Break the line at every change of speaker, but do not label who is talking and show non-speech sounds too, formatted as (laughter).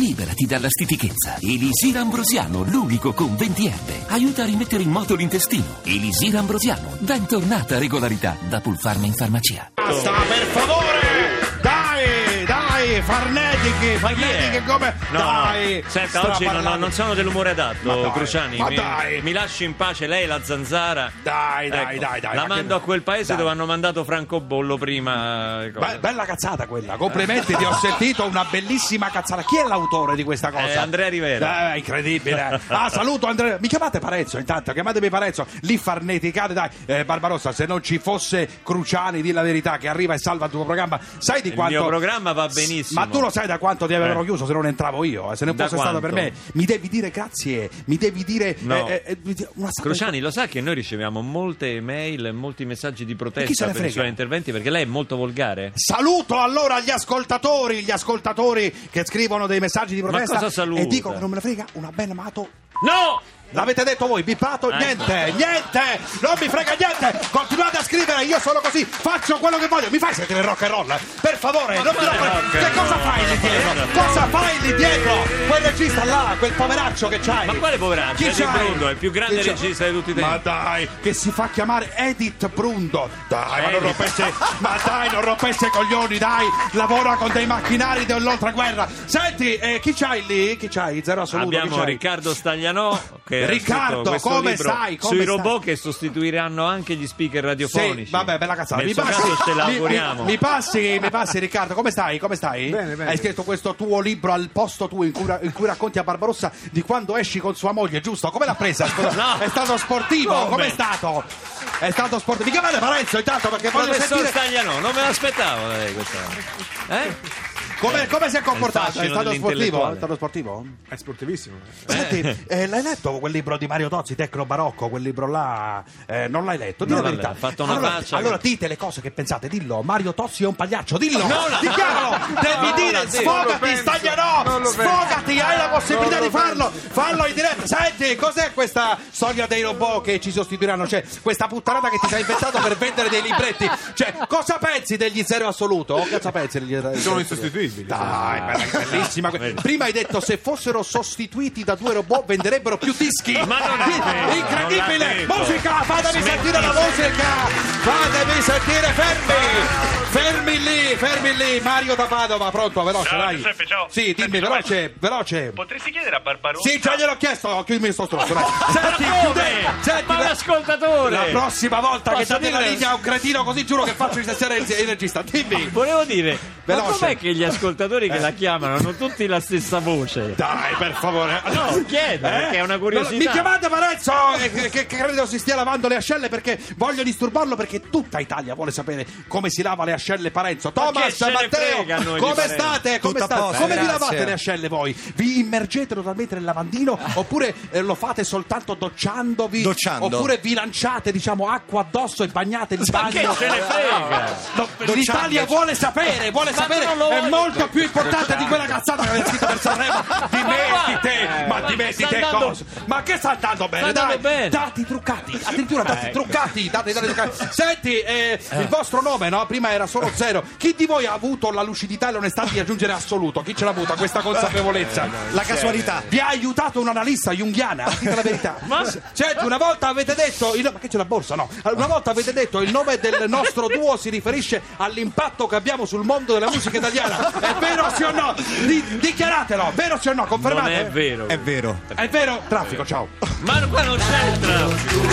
liberarti dalla stitichezza. Elisir Ambrosiano, l'unico con 20 erbe. Aiuta a rimettere in moto l'intestino. Elisir Ambrosiano, bentornata regolarità da Pulfarma in farmacia.
Basta, per favore! Dai, dai, farnetiche, farnetiche come...
No,
dai!
no. Senta,
sta
oggi non,
parlando-
non sono dell'umore adatto,
Ma dai,
Cruciani.
ma
mi,
dai.
mi lasci in pace lei, la zanzara.
Dai, dai,
Ecco,
dai, dai. ma
La
che-
mando a quel paese
dai.
dove hanno mandato Francobollo prima. eh, cosa.
Be- bella cazzata quella, Eh. complimenti, ti ho sentito una bellissima cazzata. Chi è l'autore di questa cosa?
Eh, Andrea Rivera.
Eh,
(laughs)
incredibile. Ah, saluto Andrea. Mi chiamate Parezzo intanto, chiamatemi Parezzo. Lì farneticate, dai. Eh, Barbarossa, se non ci fosse Cruciani, di la verità, che arriva e salva il tuo programma, sai di
Il
quanto...
mio programma va benissimo.
Ma tu lo sai da quanto ti avevano
Eh.
chiuso se non entravo io, eh, se non
Da
fosse stato per me.
quanto?
Mi devi dire grazie, mi devi dire...
No.
eh, eh, eh, una
Cruciani lo sa che noi riceviamo molte mail, molti messaggi di
E chi se
protesta
ne
per i
frega?
suoi interventi perché lei è molto volgare.
Saluto allora gli ascoltatori, gli ascoltatori che scrivono dei messaggi di protesta
cosa saluta?
e dico che non me ne frega una ben amato.
No!
L'avete detto voi, bippato?
Eh.
Niente, niente, non mi frega niente. Continuate a scrivere, io sono così, faccio quello che voglio. Mi fai sentire rock and roll? Per favore, non mi
quale
rompere-
rock
Che
and
cosa
roll? Eh.
fai lì dietro? Cosa fai lì dietro? Quel regista là, quel poveraccio che c'hai.
Ma quale poveraccio?
Chi
Eddie
c'hai?
Brundo è il più grande
Chi c'hai?
regista di tutti i tempi.
Ma dai, che si fa chiamare Edith Brundo. Dai, ma non
Edith.
rompesse, ma dai, non rompesse i coglioni, dai. Lavora con dei macchinari dell'oltreguerra. Senti, eh, chi c'hai lì? Chi c'hai? Zero assoluto. chi
Abbiamo
c'hai?
Riccardo Staglianò che ha
Riccardo,
scritto questo
come
libro
stai? Come
sui
stai?
robot che sostituiranno anche gli speaker radiofonici.
Sì, vabbè, bella cazzata.
Nel suo caso ce
mi-
l'auguriamo.
mi- mi passi, mi passi, Riccardo, come stai? Come stai?
Bene, bene.
Hai scritto questo tuo libro al posto tuo in cui, in cui racconti a Barbarossa di quando esci con sua moglie, giusto? Come l'ha presa? Scusa,
(laughs) No.
È stato sportivo,
Come?
com'è stato? È stato sportivo. Mi chiamate Parenzo intanto perché voglio
Professor
sentire
Staglianò, non me l'aspettavo da lei questa. Eh?
come, come si è comportato. È
fascino
stato sportivo?
dell'intellettuale.
È stato sportivo?
È sportivissimo.
Senti, eh, l'hai letto quel libro di Mario Tozzi, Tecno Barocco, quel libro là? Eh, non l'hai letto? Dì
Non
la
l'ho
verità.
letto, ho fatto una
allora,
faccia
allora
che-
dite le cose che pensate, dillo. Mario Tozzi è un pagliaccio, dillo.
No,
dichiaralo,
no,
devi
no,
dire,
no, sì.
Non lo
sfogati,
penso,
stagliano,
non lo penso.
sfogati, hai la possibilità
Non
di
lo
farlo. Fallo in diretta. Senti, cos'è questa storia dei robot che ci sostituiranno? Cioè, questa puttanata che ti sei inventato per vendere dei libretti. Cioè, cosa pensi degli zero assoluto? Che cosa pensi degli zero
Sono
assoluto?
insostituibili.
Ah,
Dai, ma è bellissima. que- Prima hai detto se fossero sostituiti da due robot venderebbero più dischi.
Ma non è vero,
incredibile!
non l'ha detto.
musica, fatemi sentire la musica! Fatemi sentire fermi! Fermi lì, fermi lì, Mario da Padova, pronto, veloce,
Ciao,
dai.
Giuseppe, ciao.
Sì, dimmi,
Giuseppe,
veloce, veloce.
Potresti chiedere a Barbarossa?
Sì, già gliel'ho chiesto, ho chiuso sto stronzo, dai. Senti,
Ma come?
chiudete, senti,
Ma
la- la
l'ascoltatore!
prossima volta che
Posso
date la
dire-
linea a un cretino così giuro che faccio licenziare il, il regista. Dimmi.
Volevo dire, ma
Veloce. Eh.
com'è che gli ascoltatori che la chiamano hanno tutti la stessa voce?
Dai, per favore.
No, chiedo, perché è una curiosità.
eh? Mi chiamate Parenzo, eh, che, che credo si stia lavando le ascelle perché voglio disturbarlo perché tutta Italia vuole sapere come si lava le ascelle Parenzo. Thomas,
ce ne frega a
Matteo,
noi di
come
Parenzo?
state? Come,
Tutto a
state?
posto,
come vi
grazie.
lavate le ascelle voi? Vi immergete totalmente nel lavandino oppure eh, lo fate soltanto docciandovi?
Ah. Docciando.
Oppure vi lanciate, diciamo, acqua addosso e bagnate il
Ma
bagno?
che ce ne frega?
No, L'Italia vuole sapere, vuole
Ma
sapere,
non lo
è
voglio.
molto più importante di quella cazzata che avete scritto per Sanremo. Dimettite, ma
ma
dimettite
sta andando-
cosa. Ma che sta andando bene,
Sta
dai.
andando bene. Ecco.
Dati truccati, addirittura dati truccati, dati, dati
(laughs)
truccati. Senti, eh, il vostro nome, no? Prima era solo zero. Chi di voi ha avuto la lucidità e l'onestà di aggiungere assoluto? Chi ce l'ha avuta questa
Eh,
consapevolezza?
La casualità.
Vi ha aiutato un analista junghiana, dite la verità.
(laughs) Ma-
Senti, una volta avete detto. il- Ma che c'è la borsa? No. Allora, Una volta avete detto il nome del nostro duo si riferisce all'impatto che abbiamo sul mondo della musica italiana. È vero sì o no? Di- dichiaratelo, vero sì o no?
Non
Confermate.
è vero.
È vero.
È vero? Traffico, ciao.
Ma qua non c'entra.